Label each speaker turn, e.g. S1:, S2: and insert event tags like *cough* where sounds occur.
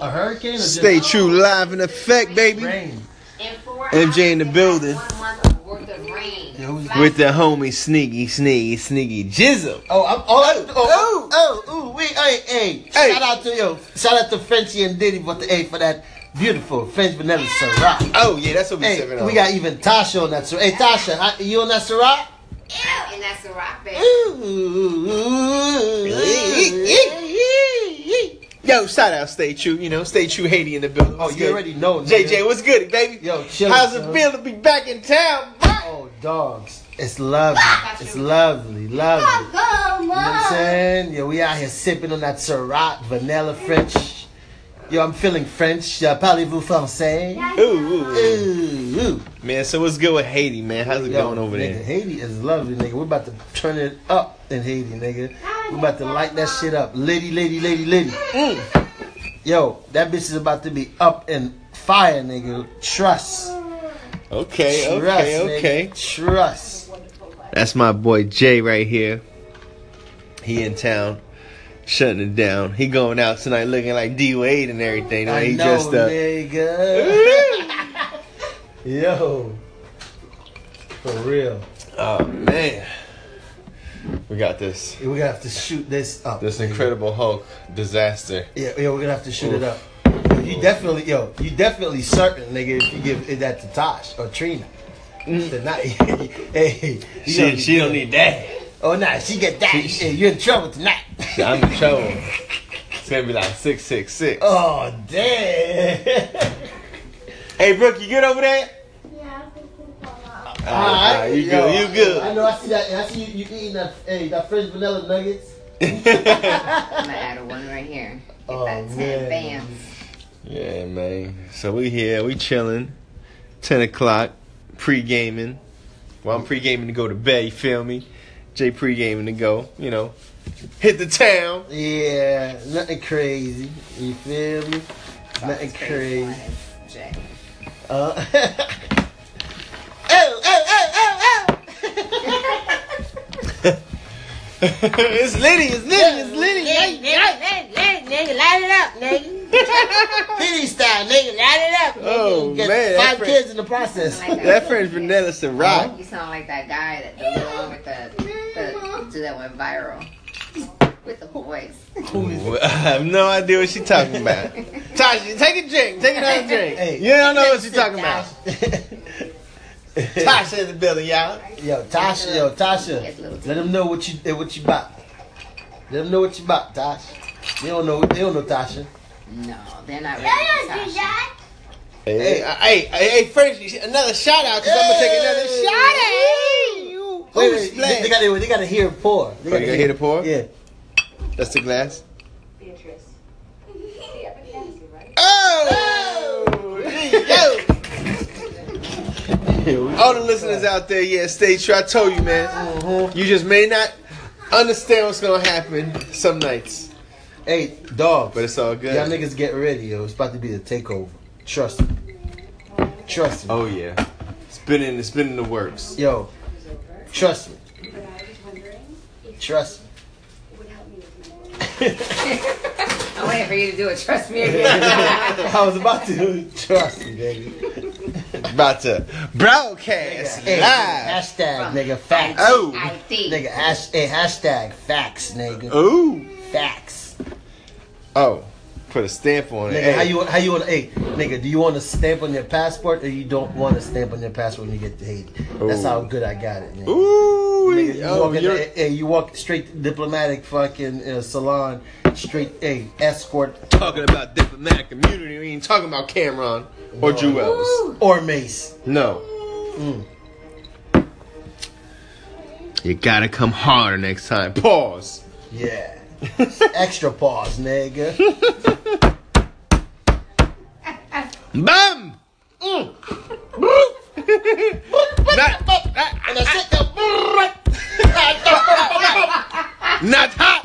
S1: A hurricane or just
S2: Stay true, live in effect, baby.
S1: rain?
S3: In four
S2: MJ in the
S3: hours,
S2: building.
S3: that's One month of worth of rain.
S1: Yeah, who's-
S2: With the homie Sneaky, Sneaky, Sneaky Jizzle.
S1: Oh, I'm, oh, I,
S2: Oh.
S1: oh, oh, oh, wait, hey, hey,
S2: Hey.
S1: Shout out to yo, shout out to Frenchy and Diddy for the hey, for that beautiful French vanilla Syrah.
S2: Oh, yeah, that's what we
S1: Hey,
S2: sipping on.
S1: we got even Tasha on that Syrah. Hey, Tasha, how, you on that Syrah?
S3: And that's a rock baby.
S1: Ooh.
S2: Yo, shout out Stay True, you know, Stay True Haiti in the building.
S1: Oh,
S2: What's
S1: you
S2: good?
S1: already know,
S2: JJ,
S1: nigga.
S2: what's good, baby?
S1: Yo, chillin',
S2: How's it
S1: son.
S2: feel to be back in town? bro?
S1: Oh, dogs, it's lovely, it's lovely, lovely.
S3: Go,
S1: You know what I'm
S3: mom.
S1: saying? Yeah, we out here sipping on that Syrah vanilla French. Yo, I'm feeling French. Uh, Parlez-vous français?
S2: Ooh, ooh, ooh.
S1: Ooh, ooh.
S2: Man, so what's good with Haiti, man? How's it
S1: Yo,
S2: going over
S1: nigga,
S2: there?
S1: Haiti is lovely, nigga. We're about to turn it up in Haiti, nigga. We're about to light that shit up. Lady, lady, lady, lady.
S2: Mm.
S1: Yo, that bitch is about to be up and fire, nigga. Trust.
S2: Okay,
S1: Trust,
S2: okay,
S1: nigga.
S2: okay.
S1: Trust.
S2: That's my boy Jay right here. He in town, shutting it down. He going out tonight looking like D Wade and everything. the way
S1: I
S2: he
S1: know,
S2: dressed up. *laughs*
S1: nigga. Yo. For real.
S2: oh man, we got this
S1: We're gonna have to shoot this up.
S2: this
S1: nigga.
S2: Incredible Hulk disaster.
S1: Yeah, yeah, we're gonna have to shoot it
S2: Oof.
S1: up. You definitely, yo, you definitely certain, nigga, if you give that to Tosh or Trina tonight. *laughs* hey, you
S2: Mm. She
S1: know-
S2: she don't need that.
S1: Oh nah, she get that.
S2: She- she-
S1: Hey, you're in trouble tonight.
S2: I'm in trouble. It's gonna be like six six six.
S1: Oh
S2: *laughs*
S1: damn.
S2: Hey Brooke, you good over there? Yeah,
S1: Alright,
S2: you
S1: yo,
S2: good? You good?
S1: I know. I see that. I see you, you eating that. Hey, that French vanilla
S2: *laughs*
S1: nuggets.
S3: I'm gonna add a one right here. Get
S1: *laughs* Oh,
S3: that 10
S1: man.
S3: bands.
S2: Yeah, man. So we here, we chilling. Ten o'clock, pre gaming. Well, I'm pre gaming to go to bed. You feel me? Jay pre gaming to go. You know, hit the town. *laughs*
S1: Yeah, nothing crazy. You feel me? Nothing crazy.
S3: Jay.
S1: Uh, *laughs* oh, oh, oh, oh, oh.
S2: it's Liddy. It's Liddy. It's Liddy.
S3: Nigga, nigga, nigga, nigga, light it up,
S1: *laughs*
S3: nigga.
S1: Diddy style, nigga. Light it up. nigga.
S2: Oh,
S1: You get
S2: man, that
S1: Five
S2: French-
S1: kids in the process.
S3: Like
S2: That French vanilla Ciroc.
S1: Ah.
S3: You sound like that guy that the little one with the, the dude that went viral with the voice.
S2: *laughs* I have no idea what she talking *laughs* about. Tasha, take a drink. Take another drink.
S1: Hey.
S2: you don't know what she talking about.
S1: *laughs*
S2: Tasha in the building, y'all.
S1: yo, Tasha, yo,
S3: It's little
S1: Tasha. Let them know what you eh, what you about. Let them know what you about, Tasha. They don't know. They don't know Tasha.
S3: No, they're not ready. for Tasha.
S2: Hey, uh, hey, hey, hey French, another shout out because I'm gonna take another
S1: Hey.
S2: shot at you.
S1: Wait,
S2: Ooh,
S1: wait,
S2: splash.
S1: they, they gotta they gotta hear it pour. They
S2: Oh, you gotta hear it pour?
S1: Yeah.
S2: That's the glass.
S4: Beatrice. Yeah, but that's it, right?
S2: *laughs* Oh, yo!
S1: *laughs*
S2: All the listeners out there, yeah, stay true. I told you, man.
S1: Mhm.
S2: You just may not understand what's gonna happen some nights,
S1: Hey, dog.
S2: but it's all good.
S1: Y'all niggas get ready, yo. It's about to be a takeover. Trust me. Trust me.
S2: Oh yeah, it's been in it's been in the works.
S1: Yo, trust me.
S4: But I was wondering if
S1: Trust me. *laughs*
S4: it would help me with my work.
S3: I'm waiting for you to do it. Trust
S1: *laughs*
S3: me again.
S1: I was about to trust me, nigga.
S2: About to broadcast
S1: Hey,
S2: live.
S1: hashtag, nigga, facts.
S2: Oh.
S3: IT.
S1: Nigga, hash, hey, hashtag facts, nigga.
S2: Ooh.
S1: Facts.
S2: Oh, put a stamp on it.
S1: Nigga,
S2: Hey.
S1: how you how you want? Hey, nigga, do you want to stamp on your passport or you don't want to stamp on your passport when you get to Haiti? That's
S2: Ooh.
S1: how good I got it, nigga.
S2: Ooh.
S1: Nigga, you,
S2: oh,
S1: walk in
S2: you're-
S1: the, hey, you walk straight diplomatic fucking uh, salon, straight hey escort
S2: talking about diplomatic immunity. We ain't talking about Cameron or
S1: No.
S2: Jewels.
S1: or mace.
S2: No. You gotta come harder next time. Pause.
S1: *laughs* Yeah, extra pause, nigga.
S2: Bam! Mm. *laughs* not, *laughs*
S1: And I said, "Yo,
S2: not hot!